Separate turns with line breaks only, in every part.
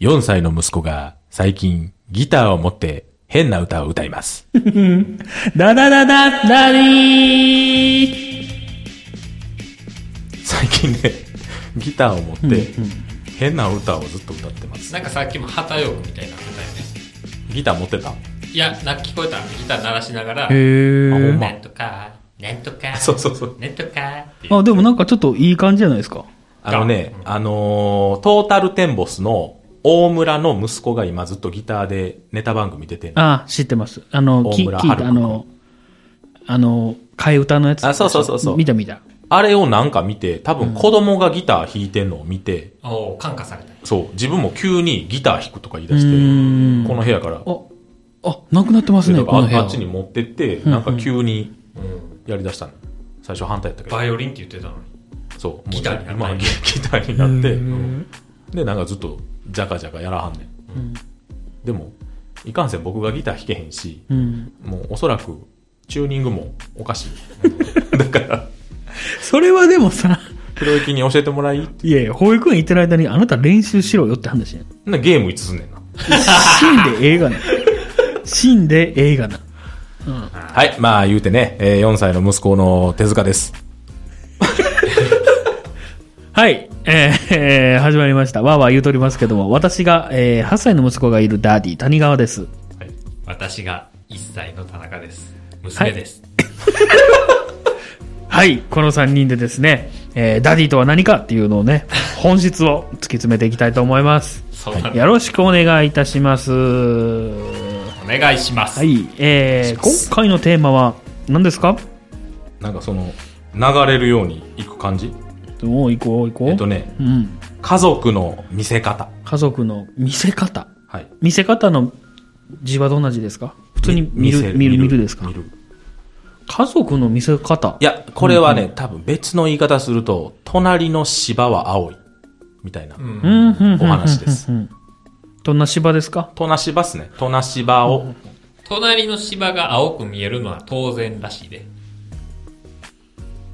4歳の息子が最近ギターを持って変な歌を歌い ます。
ダダダダダリー
最近ね、ギターを持って変な歌をずっと歌ってます。
なんかさっきも旗よくみたいな歌よね。
ギター持ってた
いや、なんか聞こえた。ギター鳴らしなが
あ
へ
ら、
ほん
ー
ま
なんとか、なんと か、
そうそうそう
なんとかって。
あ、でもなんかちょっといい感じじゃないですか。
あのね、あのートータルテンボスの大村の息子が今ずっとギターでネタ番組出てる。
あ、知ってます。あの、
大
き聞
村
い
春
た、
子
あの、あの、替え歌のやつ。
あそうそうそうそう
見た見た。
あれをなんか見て、多分子供がギター弾いてんのを見て、
おお感化された。
そう、自分も急にギター弾くとか言い出して、
うん
この部屋から、
あ、あ、なくなってますね、
だか
こ
ら
の部
あ
屋。
あっちに持ってって、
ん
なんか急にやりだしたの。最初反対やったけど
バ。イオリンって言ってたのに。
そう。もう
ギターになった
まあギギターになって、で、なんかずっと、ジャカジャカやらはんねん。でも、いかんせん僕がギター弾けへんし、
うん。
もうおそらく、チューニングもおかしい。だから、
それはでもさ、
プロ行きに教えてもらいって。
いやいや、保育園行ってる間にあなた練習しろよって話やん。
なゲームいつすんねんな。
死んで映画な。死んで映画な。
はい、まあ言うてね、えー4歳の息子の手塚です。
はい、えーえー始まりました。わーわー言うとりますけども、私が、えー8歳の息子がいるダーディ、谷川です。
はい、
私が1歳の田中です。娘です。
はい、この3人でですね、えーダディとは何かっていうの をね、本質を突き詰めていきたいと思います。
そうなんだ
よろしくお願いいたします。
お願いします。
はい、えー今回のテーマは何ですか
なんかその、流れるようにいく感じ
おう行こう行こう。
えっとね、
うん。
家族の見せ方。
家族の見せ方。
はい。
見せ方の字はどんな字ですか普通に見る、見
せ
る、見るですか
見る
家族の見せ方。
いや、これはね、多分別の言い方すると、隣の芝は青い。みたいな。
うん
うん、うん、うん
お話です。
うんうんどんな芝ですか
トナシバっすね。トナシバを、
隣の芝が青く見えるのは当然らしいで。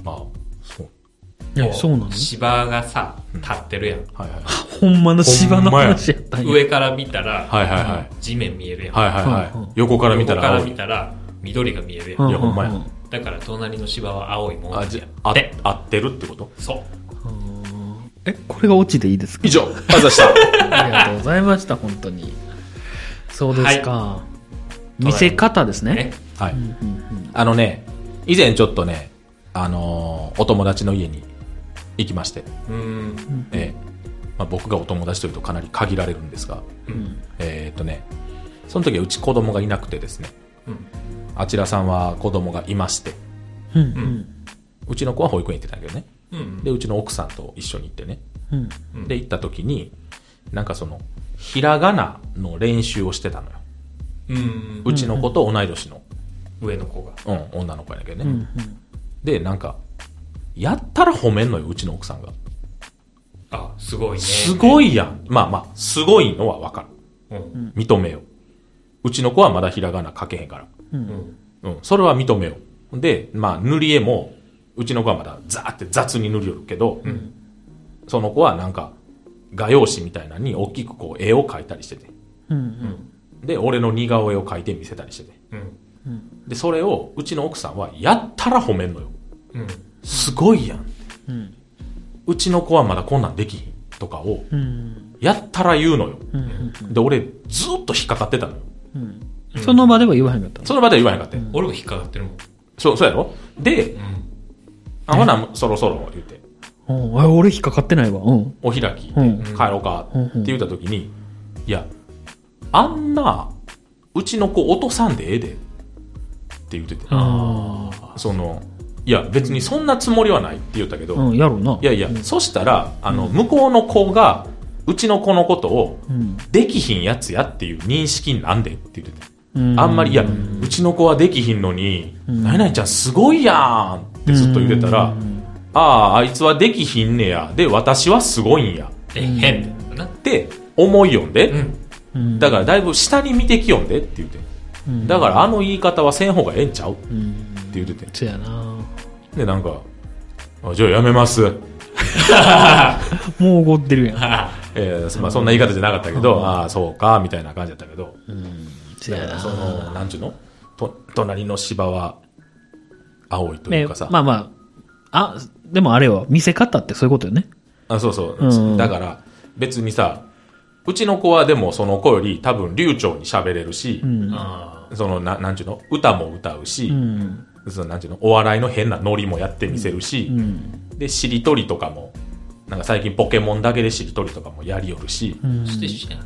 まあ、そう。
えそうなの
芝がさ、立ってるやん。
はいはい。
ほんまの芝
ほ
の
んまや
話やったんや。
上から見たら、
はいはいはい
地面見えるやん。
はいはい
うんうん
はい。横から見た
横
ら
か
青
ら
い
見。たら、緑が見える
うん
やん。
いやほんまや
うう
だから隣の芝は青いもん
あ、
やん。
じゃあ、
で、
あ合ってるってこと
そう。
え、これがオチでいいですか
以上、ありがとうございま した。
ありがとうございました、本当に。そうですか。見せ方ですね。
ね。
はい。あのね、以前ちょっとね、あのーお友達の家に行きまして、
うん。
ええまあ、僕がお友達というとかなり限られるんですが、
うん。
えーっとね、その時はうち子供がいなくてですね、
うん
あちらさんは子供がいまして、
うん、
うちの子は保育園行ってたんだけどね。
うん。
で、うちの奥さんと一緒に行ってね。
うん、うん。
うん
で、行った時に、なんかその、ひらがなの練習をしてたのよ。
うん。
うちの子と同い年の、
上の子が。
うん、女の子やねんけど
う
ね。
ん
で、なんか、やったら褒めんのよ、うちの奥さんが。
あ、すごいね。
すごいやん。まあまあ、すごいのはわか
うん。
る。認めよう。うちの子はまだひらがな書けへんから。
うん。
うん、それは認めよう。で、まあ、塗り絵も、うちの子はまだザーって雑に塗りよるけど、その子はなんか、画用紙みたいなのに大きくこう絵を描いたりしてて。
うんうん
で、俺の似顔絵を描いて見せたりしてて。
うん。
で、それをうちの奥さんはやったら褒めんのよ。
うん。
すごいやん。
うん
うちの子はまだこんなんできひんとかを、
うん
やったら言うのよ。
うん
で、俺ずーっと引っかかってたのよ。
うんその場では言わへんかったの
その場では言わへんかって。
俺も引っかかってるもん。
そう、そうやろで、
うん。
あ、ほな、そろそろ言って。
うんあ俺引っかかってないわ。うん。
お開きで
うん
帰ろうかって言った時に、いや、あんな、うちの子落とさんでええで、って言ってて。
あ
その、いや、別にそんなつもりはないって言ったけど、
うん、やろうな。
いやいや、そしたら、あの、向こうの子が、うちの子のことを、
うん。
できひんやつやっていう認識なんでって言ってて。
うん
あんまり、いや、うちの子はできひんのに、
うん
なになにちゃんすごいやんってずっと言ってたら、
うん
ああ、あいつはできひんねや。で、私はすごいんや。
で、変ってな。
って思いよんで、
うん。
うん
だからだいぶ下に見てきよんでって言うて、
うん
だからあの言い方はせん方がええんちゃうって
うん。
言うてて
そやな。
でなんかあじゃあやめます
もう怒ってるやん。
あ
えーまあ、そんな言い方じゃなかったけど、ああ、そうか、みたいな感じだったけど、
せやな
その、なんちゅうのと隣の芝は青いとい
ね
うかさ、
まあまあ、あ、でもあれよ、見せ方ってそういうことよね。
あそうそう、
うん
だから別にさうちの子はでもその子より多分流暢に喋れるし、
あ
そのななんちゅうの歌も歌うし、
うん。
そのなんちゅうのお笑いの変なノリもやってみせるし、
うん。
でしりとりとかもなんか最近ポケモンだけでしりとりとかもやりよるし、
ーしてしない。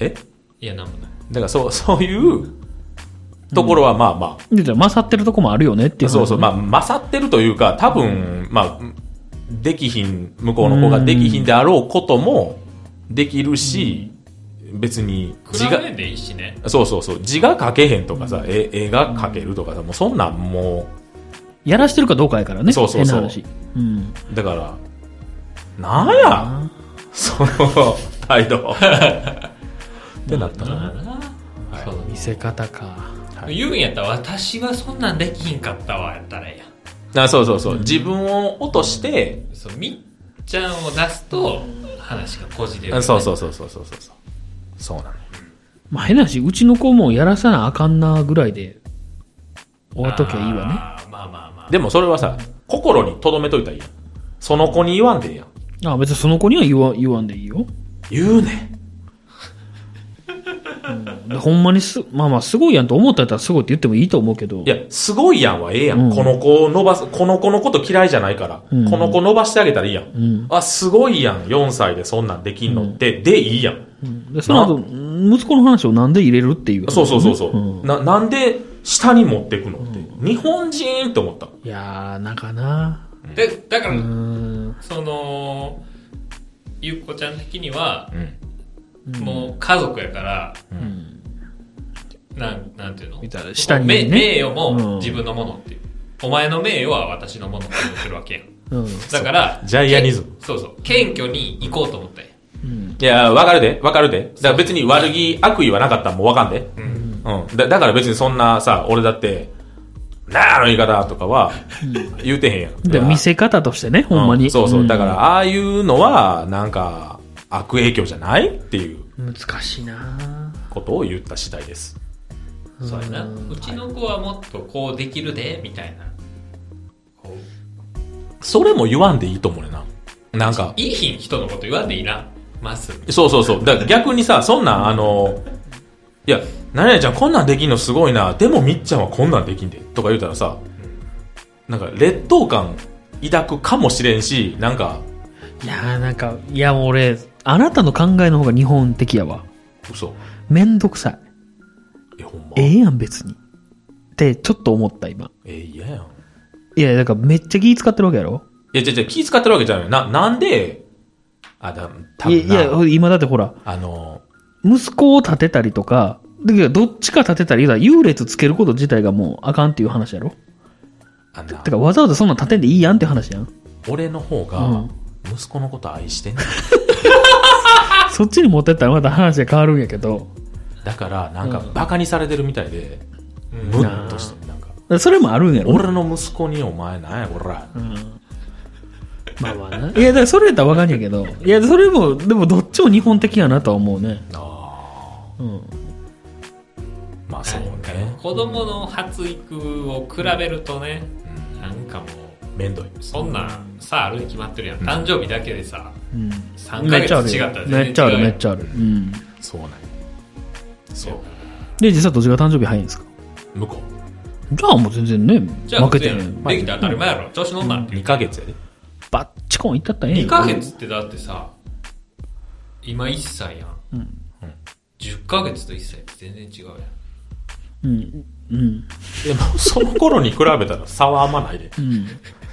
え
いや、なんもない。
だからそう そういうところはまあまあ、
で、じゃあ勝ってるとこもあるよねっていう話ね、
そうそう、まあ、勝ってるというか、多分、まあ、できひん、向こうの子ができひんであろうこともできるし、別に字
比
が、
べんでいいしね。
そうそうそう、字が書けへんとかさ、絵絵が書けるとかさ、もうそんなんも
やらしてるかどうかやからね。
そうそうそう
変な話。うん。
う、だから、なんや、
あ
その態度。ってなった
まあ
な。
な
はい
そう
見せ方か。
はい
言うんやったら、私はそんなんできひんかったわ、やったらええやん。
あそうそうそう、自分を落として、
そう、みっちゃんを出すと、話がこじれる、。
あそうそううそうそうそうそうそう。そうなの。
まあ変な話、うちの子もやらさなあかんなぐらいで終わっときゃいいわね。
あーまあまあまあ。
でもそれはさ、心に留めといたらいいやん。その子に言わんでええやん。
あ別にその子には言わ言わんでいいよ。
言うね
でほんまにす、まあまあすごいやんと思ったやったらすごいって言ってもいいと思うけど。
いや、すごいやんはええやん。
うん
この子を伸ばす、この子のこと嫌いじゃないから、
うん
この子伸ばしてあげたらいいやん。
うん。
あ、すごいやん。4歳でそんなんできんのって、でいいやん。
うん。で、その後、息子の話をなんで入れるっていう、
そうそうそうそう、
うん
な。なんで下に持ってくのって。日本人って思った。
いやー、なんかな。
で、だから、
うーん。
その、ゆっこちゃん的には、
うん。
もう家族やから、
ん
なん、なんていうの
みたいな下にね
め名誉
うん
も自分のものっていう。お前の名誉は私のものって言ってるわけやん。
うん。
だから、
ジャイアニズム
けそうそう。謙虚に行こうと思ったんや
うん。
いや、わかるで。わかるで。だから別に悪気、悪意はなかったらもうわかんで。
うん。
うん。だだから別にそんなさ、俺だって、なああの言い方とかは、言うてへんやん。
で、見せ方としてね、ほんまに。
うそうそう。だから、
ら。
ああいうのは、なんか、悪影響じゃないっていう
難しいな
ことを言った次第です。
そうやな。
うん
うちの子はもっとこうできるで、みたいな。こう
それも言わんでいいと思うねんな。なんか、
いいひん人のこと言わんでいいな。ます。
そうそうそう。だから逆にさ、そんなん、あの、いや、な々ちゃんこんなんできんのすごいな。でもみっちゃんはこんなんできんで。とか言うたらさ、なんか劣等感抱くかもしれんし、なんか、
いやーなんか、いやもう俺、あなたの考えの方が日本的やわ。
嘘。
めんどくさ
え、ほんま。
い。ええやん別に。って、ちょっと思った今。
え、嫌やん。
いや、だからめっちゃ気使ってるわけやろ
いや、違う違う、気使ってるわけじゃない。な、なんで、あ、だ、多
いや、い
分
や
な、
今だってほら、
あの、
息子を立てたりとか、だけどどっちか立てたり、優劣つけること自体がもうあかんっていう話やろ
あんな
てかわざわざそんなん立てんでいいやんって話やん。
俺の方
う
が
ん
息子のこと愛してんねん
そっちに持ってったらまた話が変わるんやけど、
だからなんか
うん
バカにされてるみたいで
うん
ムッとしてるなんか
だからそれもあるんやろ
俺の息子にお前なんやこら
うんまあまあな。いや、だからそれやったらわかんやけど。いや、それも、でもどっちも日本的やなとは思うね。
あ
うん。
ーまあそうね
子供の発育を比べるとね、なんかもう、
めんどい
そんなんさ、あるに決まってるやん。誕生日だけでさ、
うん。
3ヶ月違ったら全然違うやん
めっちゃある、めっちゃある。うん。
そうなんやそう
で、実はどっちが誕生日早いんですか
向こ
じゃあもう全然ね、
じゃあ、
負けて
普
る
通やんできたら当たり前やろ。調子乗んなっ
う
て言
2
う。
ヶ月やで
バッチコンいったったらええんや
2ヶ月ってだってさ、今1歳やん。
うん
うん
10ヶ月と1歳って全然違うやん。
うん。うん。
でもその頃に比べたら差はあんまないで
うん。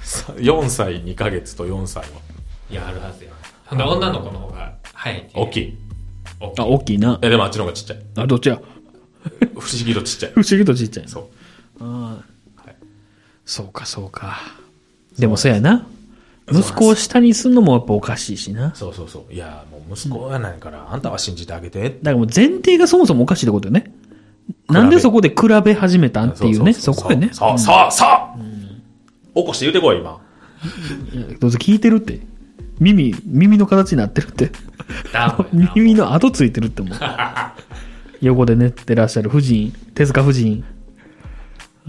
さ4歳2ヶ月と4歳はい
や、あるはずやん。ほんで、女の子の方が早いっていう。
大きい
大きい
あ、大きいな。
えでもあっちの方がちっちゃい
あ、どっちや
不思議とちっちゃい
不思議とちっちゃいな。
そう
ああ
はい
そうか、そうか。でもそうやな。息子を下にすんのもやっぱおかしいしな。
そうそうそういやもう息子やないからあんたは信じてあげてって
だからもう前提がそもそもおかしいってことよね。なんでそこで比べ始めたんっていうね、そこやね。
そうそうそう、起こして言うてこい、今。
いやどうせ聞いてるって。耳、耳の形になってるって。
ダムやな
耳の跡ついてるってもう。 横で寝てらっしゃる夫人、手塚夫人。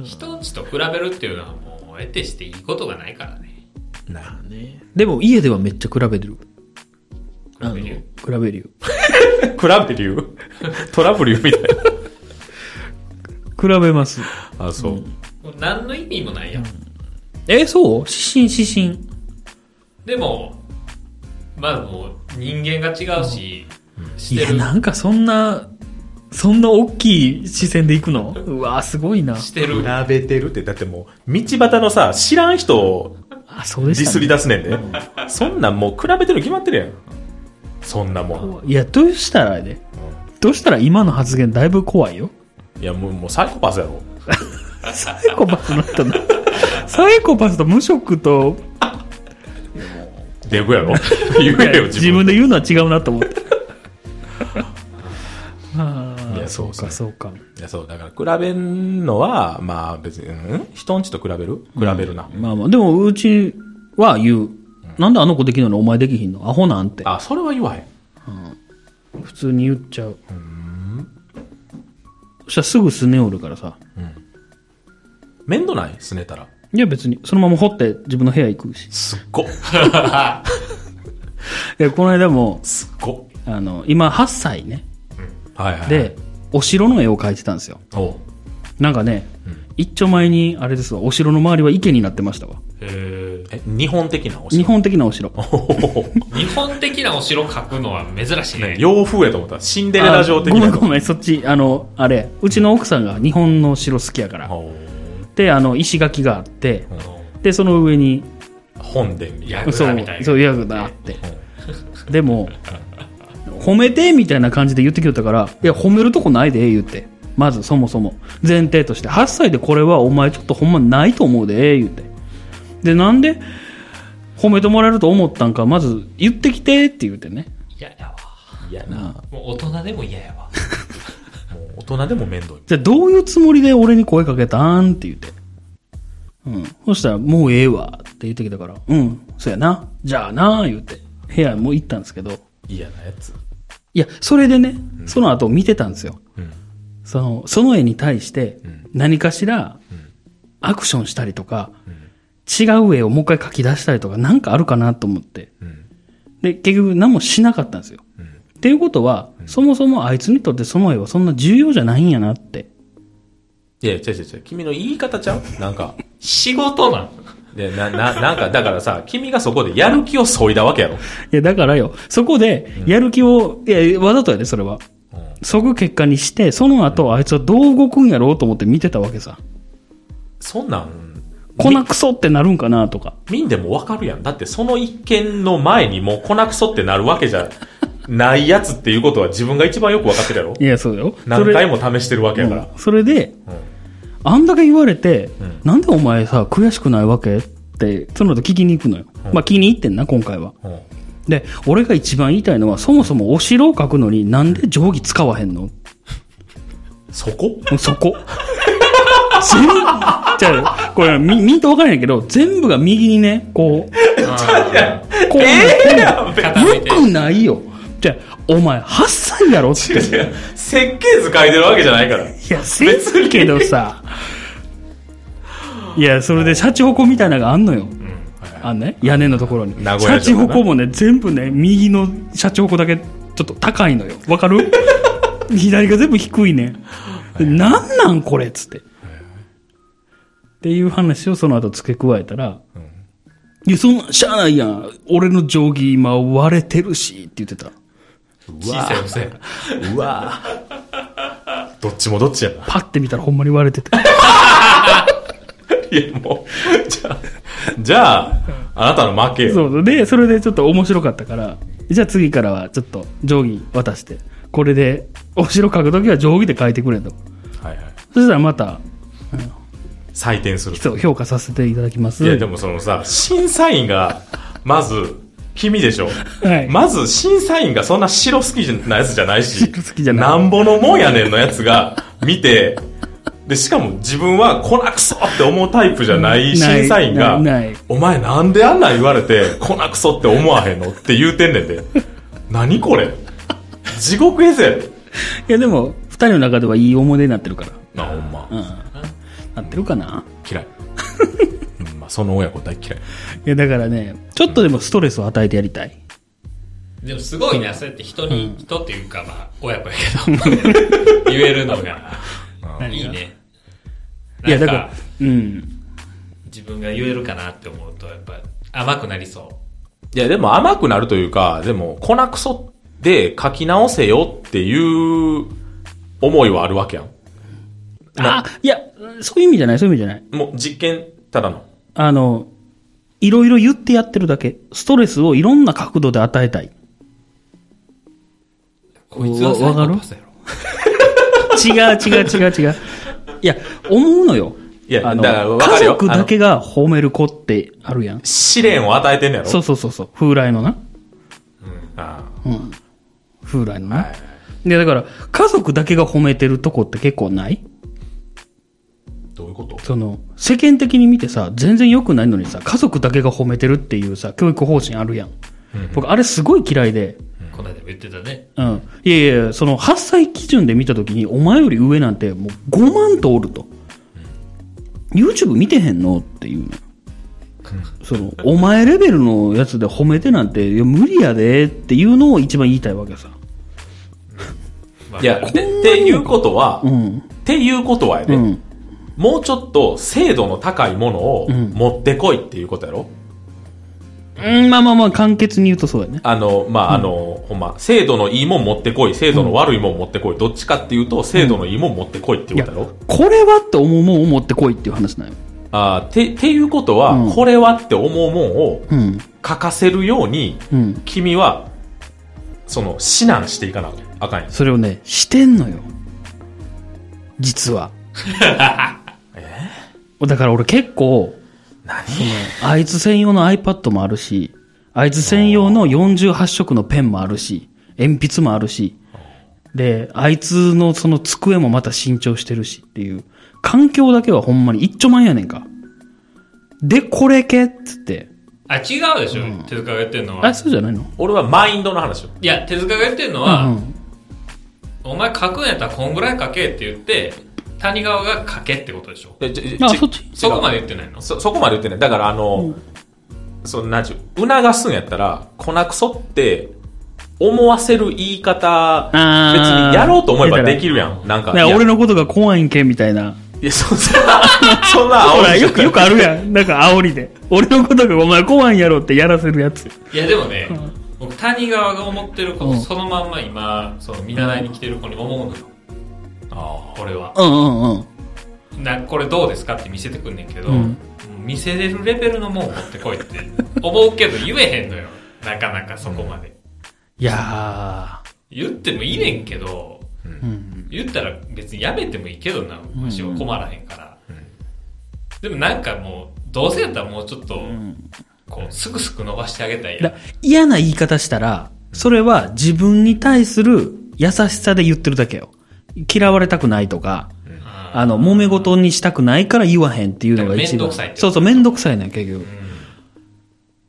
人んちと比べるっていうのはもう得てしていいことがないからね
な
でも家ではめっちゃ比べてる。あの、
比べるよ
比べるよ。
クラブ流 トラブルみたい
比べます。
な。あ、そう。
もう何の意味もないやん、
え、そう指針、指針。
でもまあもう人間が違うし、し
い
て
や、
る
なんかそんな、そんな大きい視線で行くのうわすごいな。
してる
比べてるって、だってもう、道端のさ、知らん人を
あ、そう
デ
で
ィ
した、ね。
スり出すねんで。そんなんもう比べてる決まってるやん。そんなもん。
いや、どうしたらね、どうしたら今の発言だいぶ怖いよ。
いや、もう、もうサイコパスやろ。
サイコパスの 人な。サイコパスと無職と、
デブ やろ言えよ、
自
自
分
分
で
で。
言うのは違うなと思って。 あ
い
あ、
や
そうか、そうか。
いや、そう、だから比べんのは、まあ別に、うん人んちと比べる比べるな。
まあまあ、でもうちは言う。なんであの子できるのにお前できひんのアホなんて。
あ、それは言わへん。
普通に言っちゃう。そしたらすぐすねおるからさ。
面倒ないすねたら。
いや別に、そのまま掘って自分の部屋行くし。
すっご。
で、この間も、
すっご。
あの、今8歳ね。
はいはいはい。
で、お城の絵を描いてたんですよ。
おう
なんかね、一丁前に、あれですわ、お城の周りは池になってましたわ。
へ
え、日本的なお
日
城。
本的なお城。
ー日本的なお城描くのは珍しいね
洋風やと思った。シンデレラ城的
あ
な。
ごめんごめん、そっち、あの、あれ、うちの奥さんが日本の城好きやから。
おう
で、あの、石垣があって、
あの
で、その上に、
本殿みたい
ヤ
な。
ク
そ
ザ
う
みたい、な
そう、ヤクがあって。でも、褒めてみたいな感じで言ってきよったから、いや、褒めるとこないで、言って。まず、そもそも。前提として、8歳でこれはお前ちょっとほんまないと思うで、言って。で、なんで、褒めてもらえると思ったんか、まず、言ってきて、って言ってね。
嫌やわ
いやな。
もう大人でも嫌やわ
もう大人でも面倒い。
じゃあどういうつもりで俺に声かけたんって言って。うん。そしたら、もうええわって言ってきたから、うん、そうやな。じゃあな、言って。部屋もう行ったんですけど。
嫌なやつ。
いや、それでね、その後見てたんですよ。
うん。
その、その絵に対して
ん、
何かしら、アクションしたりとか、
ん
違う絵をもう一回書き出したりとか、なんかあるかなと思って。
うん。
で、結局何もしなかったんですよ。
うん。
っていうことは、そもそもあいつにとってその絵はそんな重要じゃないんやなって。
いや、違う違う違う。君の言い方ちゃうなんか。
仕事なん
で、な、な、なんか、だからさ、君がそこでやる気を削いだわけやろ。
いや、だからよ、そこで、やる気を、いや、わざとやで、それは。
うん
そぐ結果にして、その後、あいつはどう動くんやろうと思って見てたわけさ。
そんなん、
こなくそってなるんかなとか。
見んでもわかるやん。だってその一件の前にもう粉くそってなるわけじゃないやつっていうことは自分が一番よくわかってるやろ
いや、そうよ。そ
何
れ
回も試してるわけやから。
うんそれで、あんだけ言われて、なんでお前さ、悔しくないわけって、その後聞きに行くのよ。まあ、聞きに行ってんな、今回は。
うん。
で、俺が一番言いたいのは、そもそもお城を描くのになんで定規使わへんの
そこ
そこ。全部、じゃあ、これ、み、見んと分からへんやけど、全部が右にね、こう、こう、
傾いて
よくないよ。じゃあ、お前、8歳やろって。
違う違う。設計図書いてるわけじゃないから。
いや、せんけど さ。いや、それで、シャチホコみたいなのがあんのよ。あんね、屋根のところに。シ
名古屋
ャ
城
チ
かな
ホコもね、全部ね、右のシャチホコだけ、ちょっと高いのよ。わ かる左が全部低いね。でなんなんこれっつって。っていう話をその後付け加えたら、いや、そんな、しゃあないやん。俺の定規今割れてるし、って言ってた。
う
小
わ
さいお世話
ぁうわぁどっちもどっちやな。
パッて見たらほんまに割れてて。
いや、もう、じゃあ、じゃあ、あなたの負けよ。
そうそうで、それでちょっと面白かったから、じゃあ次からはちょっと定規渡して、これで、お城書くときは定規で書いてくれと。
はいはい。
そしたらまた、
採点する。
そう、評価させていただきます。
いや、で
は
もそのさ、審査員が、まず、君でしょ。
い。
まず、審査員がそんな白好きなやつじゃないし、
白好きじゃない
んぼのもんやねんのやつが、見て、で、しかも自分はこらくそって思うタイプじゃない審査員が、
ないないない
お前なんであんなん言われて、こらくそって思わへんのって言うてんねんて。何これ地獄絵ぜ。
いやでも、二人の中ではいい思い出になってるから。
な、ほんま
う。ん。なってるかな
嫌い。 うん、まあ、その親子大嫌い。
いやだからね、ちょっとでもストレスを与えてやりたい。
でもすごいな、そうやって人に、人っていうかまあ、親子やけど、 言えるのが、いいね。
いや
な
だ
ん
から
か、、
うん。
自分が言えるかなって思うと、やっぱ甘くなりそ
いや、でも甘くなるというか、でも、こらくそで書き直せよっていう思いはあるわけやん。
あ、いや、そういう意味じゃない、そういう意味じゃない。
もう実験、ただの。
あの、いろいろ言ってやってるだけ。ストレスをいろんな角度で与えたい。
う。こいつはサイコパスやろ。
違う違う違う違う。いや、思うのよ。
いや
あの
だからわか
家
るよ
族だけが褒める子ってあるやん。
試練を与えてんねやろ
そうそうそうそう。風来のな。
あ
うん。風来のな。いや、だから、家族だけが褒めてるとこって結構ない
ーどういうこと
その、世間的に見てさ、全然良くないのにさ、家族だけが褒めてるっていうさ、教育方針あるやん。僕、あれすごい嫌いで、
この間も言ってたね。
うん。いやいやいやその8歳基準で見たときに、お前より上なんてもう5万とおると。YouTube 見てへんのっていうの。その、お前レベルのやつで褒めてなんて、いや、無理やでっていうのを一番言いたいわけさ。
まあ
いや、でっていうことは、っていうことはやで、
うん。
もうちょっと精度の高いものを持ってこいっていうことやろ、
うん、まあまあまあ、簡潔に言うとそうやね。
あの、まあ、あの、ほんま、精度のいいもん持ってこい、精度の悪いもん持ってこい、どっちかっていうと、精度のいいもん持ってこいって
い
いう
や、
ことやろ
これはって思うもんを持ってこいっていう話なんよ。
あーて、っていうことは、
うん
これはって思うもんを
うん。
書かせるように、
うん。
君は、その、指南していかなあかんよ
それをね、してんのよ。実は。だから俺結構、
何
あいつ専用の iPad もあるし、あいつ専用の48色のペンもあるし、鉛筆もあるし、で、あいつのその机もまた新調してるしっていう、環境だけはほんまに一丁前やねんか。で、これけっつって。
あ、違うでしょ、手塚が言ってるのは
あ、。そうじゃないの
俺はマインドの話よ。
いや、手塚が言ってるの
う
は、
ん
お前書くんやったらこんぐらい書けって言って、谷川が書けってことでしょ
えち
あ
ち
そっち
そこまで言ってないの
そ、そこまで言ってない。だから、あの、その、なんちゅう、促すんやったら、粉くそって、思わせる言い方、別
あー
にやろうと思えばできるやん。なん
う
か
ん。。だから
いや
俺のことが怖いんけみたいな。
いや、そそんな、そんな
ほら、
煽り
よく、よくあるや ん。なんか煽りで。俺のことがお前怖いんやろってやらせるやつ。
いや、でもね、僕、谷川が思ってること、そのまんま今、その見習いに来てる子に思うのよ、
あ
俺は。
うんうんうん。
なこれどうですかって見せてくんねんけど、
うん
もう見せれるレベルのもん持ってこいって思うけど言えへんのよ。なかなかそこまで。
いや
言ってもいいねんけど、
ー。うん。
言ったら別にやめてもいいけどな、
ん
わしは困らへんから。でもなんかもう、どうせやったらもうちょっと、こう、すくすく伸ばしてあげたい
だ
やん。
嫌な言い方したら、それは自分に対する優しさで言ってるだけよ。嫌われたくないとか、
あ
あの、揉め事にしたくないから言わへんっていうのが一番。
めんどくさいってこと
そうそう、めんどくさいねん、結局。だか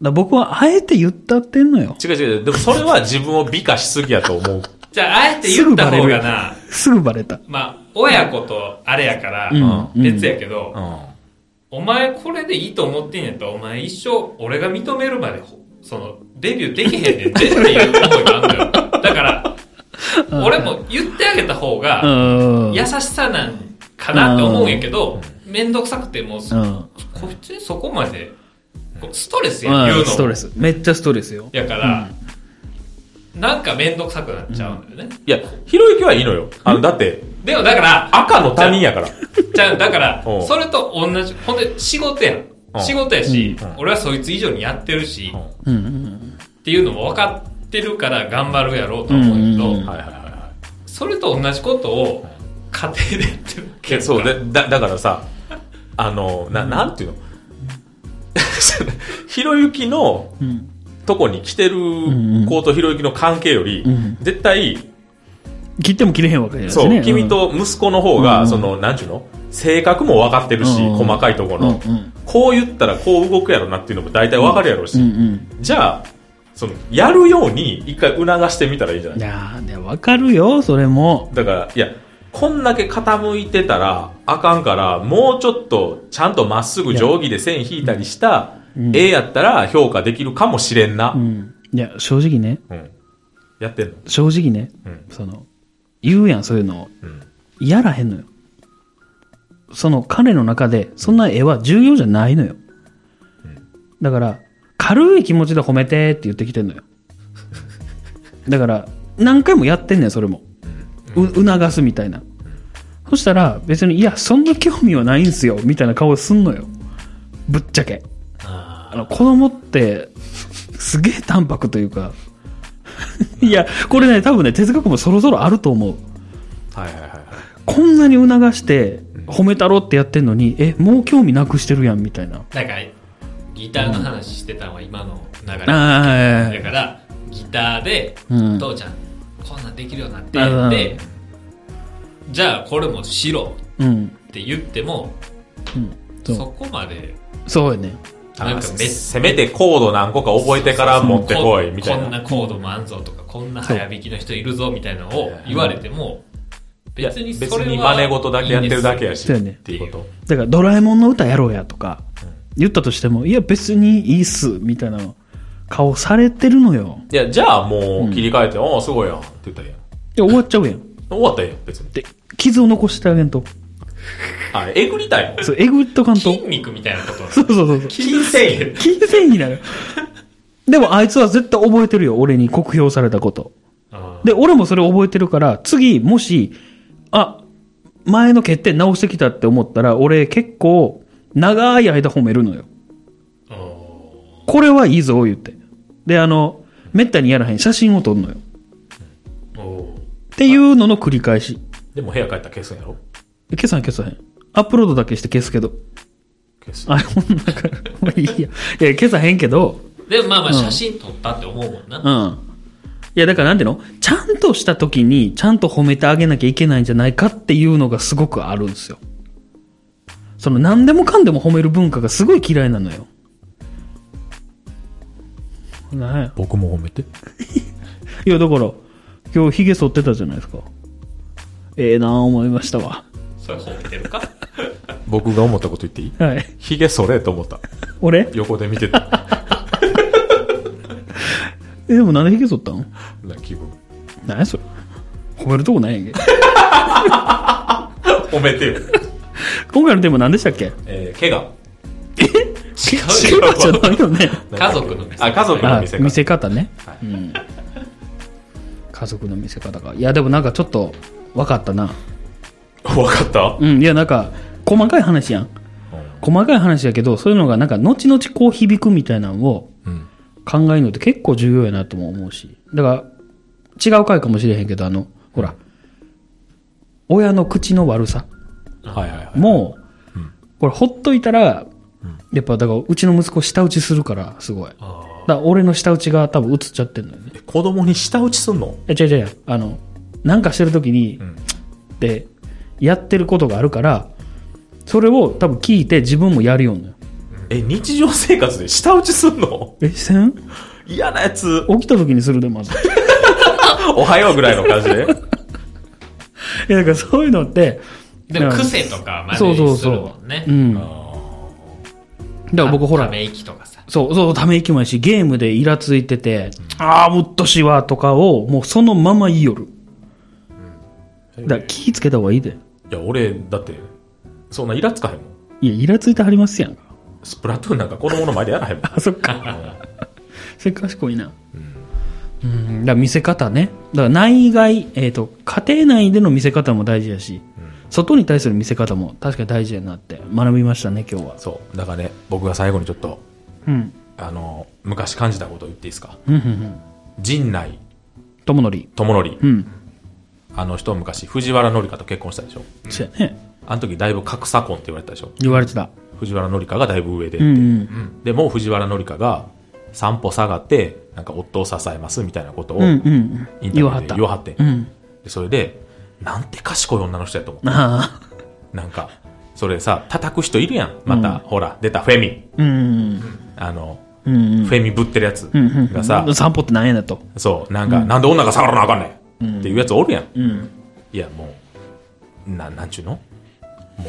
ら僕はあえて言ったってんのよ。
ー違う違う。でもそれは自分を美化しすぎやと思う。
じゃあ、あえて言った方がな、
すぐバレた。
まあ、親子とあれやから
うん、
別やけど、
うん。
お前これでいいと思ってんやったら、お前一生俺が認めるまでほ、その、デビューできへんねんでっていう思いがあるのよ。だから、俺も言ってあげた方
う
が、
ん。
優しさなんかなって思うんやけど、めんどくさくてもう、
うん。
こいつにそこまで、こうストレスやん、言
う。
うんの。
ストレ。ス。めっちゃストレスよ。
やから、なんかめんどくさくなっちゃうんだよね。
いや、ひろゆきはいいのよ。あの、だって、
でもだから、
赤の他人やから。
じゃあ、だから
おう、
それと同じ、ほんで、仕事やん
うん。
仕事やし
うん、
俺はそいつ以上にやってるし、
うん
うんうん。
っていうのも分かってるから頑張るやろうと思うけど、
うんうんうん
はいはいはいは
それと同じことを家庭でやって
い。
る
い
け
や
ど
そう、でだ、だからさ、あの、な、なんていうの ひろゆきの
うん。
とこに来てる
んうん
子とひろゆきの関係より、
ん
絶対、
切っても切れへんわけじゃないし
そう、
ね。
君と息子の方
う
が、
ん
その、なんちゅうの性格も分かってるし、
うんうん
細かいところの、
うんうん
こう言ったらこう動くやろなっていうのも大体分かるやろうし、
うん
じゃあそのやるように一回促してみたらいいんじゃな
う。
んい
いやー、でわかるよ、それも。
だからいやこんだけ傾いてたらあかんからもうちょっとちゃんとまっすぐ定規で線引いたりした
うん
絵やったら評価できるかもしれんな、
うん。いや、正直ね、
うんやってんの
正直ね、
うん
その、言うやん、そういうのを。
うん
やらへんのよ。その彼の中で、そんな絵は重要じゃないのよ。だから、軽い気持ちで褒めてって言ってきてんのよ。だから、何回もやってんねん、それも。う促すみたいな。そしたら、別に、いや、そんな興味はないんすよ、みたいな顔すんのよ。ぶっちゃけ。あの、子供って、すげえ淡白というか。 いや、これね、多分ね、哲学もそろそろあると思う。
はいはいはいはい
こんなに促して褒めたろってやってんのに、え、もう興味なくしてるやんみたいな。
なんかギターの話してたのは今の流れだ
ああ、
からギターで「
うん
父ちゃんこんなんできるようになって」言って
あ
「じゃあこれもしろ」
うん。
って言っても
うん。そ。
そうこまで
そうやね。
なんかめっ
せめてコード何個か覚えてから持ってこいみたい
こん
な
なコードもあんぞとかこんな早弾きの人いるぞみたいなのを言われても
いや
別
別
に
に
それは
真似事だけやってるだけやし
そうやね
っていうこと
だから、ドラえもんの歌やろうやとか、言ったとしても、いや、別にいいっす、みたいな顔されてるのよ。
いやじゃあもう切り替えて「おおすごいやん」って言ったらいいやん
いや、終わっちゃうやん。
終わったらいいやん別に
で、傷を残してあげんと。
あえぐりたいの
そう、えぐっとかんと。
筋肉みたいなこと
そうそうそうそう。
金銭円
金銭になる。でも、あいつは絶対覚えてるよ。俺に酷評されたこと。
あ
で、俺もそれ覚えてるから、次、もし、あ、前の欠点直してきたって思ったら、俺結構、長い間褒めるのよ。
ーお
これはいいぞ、言って。で、あの、めったにやらへん写真を撮るのよ。っ
ーおー
ていうのの繰り返し。
でも部屋帰ったら消すんやろ
消さん消さへん。アップロードだけして消すけど。
消す
あ、ほんなんか、まあいいや。いや、消さへんけど、
でもまあまあ
うん
写真撮ったって思うもんな、
うん。いや、だからなんていうのちゃんとした時に、ちゃんと褒めてあげなきゃいけないんじゃないかっていうのがすごくあるんですよ。その何でもかんでも褒める文化がすごい嫌いなのよ。なんや
僕も褒めて
いや、だから、今日髭剃ってたじゃないですか。ええなぁ思いましたわ。
それ褒めて るか
僕が思ったこと言っていい
はい。
ヒゲそれと思った
俺
横で見てた
え、でもなんで髭剃ったん
な気分
何やそれ。褒めるとこない やんけ。
褒めてよ、
今回のテーマ何でしたっけ
えー、怪我
違
違
うよ
うじゃないよね。
家族の見せ方
あ家族の
あ
見せ方
見せ方ね、
はい
うん、家族の見せ方かいやでもなんかちょっと分かったな
分かった、
うんいやなんか細かい話やん細かい話やけどそういうのがなんか後々こう響くみたいなのを
うん、
考えるのって結構重要やなとも思うしだから違う回かもしれへんけどあのほら親の口の悪さ
はいはいはい
もう、これほっといたらやっぱだからうちの息子舌打ちするからすごいだか
あ
ら俺の舌打ちが多分映っちゃってるのよね
え子供に舌打ちすんの
え違う違う違うあのなんかしてる時に、
ん
でやってることがあるからそれを多分聞いて自分もやるようになる
え日常生活で舌打ちすんの
えせん
嫌なやつ
起きた時にするでまず い
おはようぐらいの感じで
やだからそういうのって
ーでも
だから
癖とかま
そうそ
で
う
す
そ
る
う
もんね
うんだから僕ほ
た
ら
め息とかさ
そうそうため息もやしゲームでイラついてて、ああうっとしいわとかをもうそのまま言いよるだから気ぃつけた方がいいで
いや俺だってそんなイラつかへんもん
いやイラついてはりますやんか
スプラトゥーンなんか子供の前でやらへん もん
あそっか。それ賢いな。うん、だから見せ方ね。だから内外、えっ、と、家庭内での見せ方も大事やし、外に対する見せ方も確かに大事やなって学びましたね、今日は。
そうだからね僕が最後にちょっと
うん。
あの昔感じたこと言っていいですか
うん、うん、うん。
陣内
とものり。
智則
うん。
あの人昔藤原紀香と結婚したでしょ
そうやね。
あの時だいぶ格差婚って言われたでしょ
言われてた。
藤原紀香がだいぶ上で、
うん、うん。
でもう藤原紀香が散歩下がってなんか夫を支えますみたいなことを
うん、う
インタ。ビ
んうん
ュ
言わは
ー
っ
で
た
言。わはって
うん。
でそれでなんて賢い女の人やと思っ
ああ。
たなんかそれさ、叩く人いるやん。また、ほら、出た、フェミ。
うん。
あの、
うん。
フェミぶってるやつ
うん。
がさ、
散歩ってなんやだと。
そう、なんか、なんで女が下がらなあかんねんっていうやつおるやん。
うん。
いや、もう、な、なんちゅうのも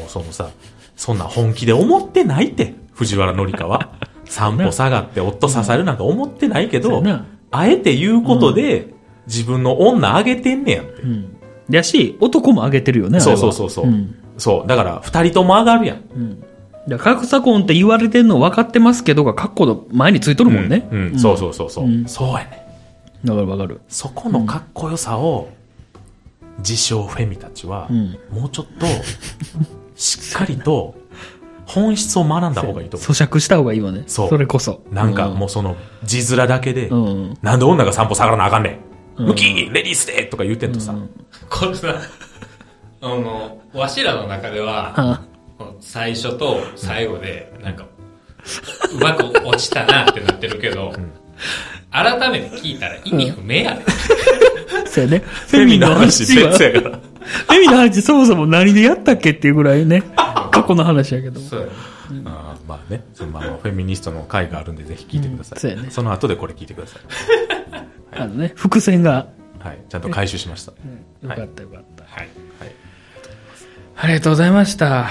うそのさ、そんな本気で思ってないって、藤原紀香 は。散歩下がって夫支えるなんか思ってないけど
そうやな、
あえて言うことで、自分の女あげてんねやんって。
うん。やし、男も上げてるよね、あれ
そう
は
そうそうそう。
ん
そう。だから、二人とも上がるやん。
だから格差婚って言われてんの分かってますけどが、括弧の前についとるもんね。
うん、そうそうそうそう。
うん
そうやね。
だから分かる。
そこのかっこよさを、自称フェミたちは、
うん
もうちょっと、しっかりと、本質を学んだ方がいいと思う。
咀嚼した方がいいわね。
そう
それこそ。
なんかもうその、字面だけで、
うん。うん。
なんで女が散歩下がらなあかんねん。ムキーレディースでとか言うてんとさ、
これさ、あの、わしらの中では、
あ
最初と最後で、なんか、うまく落ちたなってなってるけど、改めて聞いたら意味不明やで。
そうやね。
フ
フ
ェミの話
は
別やから。
フェミの話そもそも何でやったっけっていうぐらいね、過去の話やけど。
そうやね
あーまあね、そのまあフェミニストの会があるんでぜひ聞いてください。
うんそうやね
その後でこれ聞いてください。
あのね、伏線が。
はい、ちゃんと回収しました。
よかったよかった。
はい。
ありがとうございました。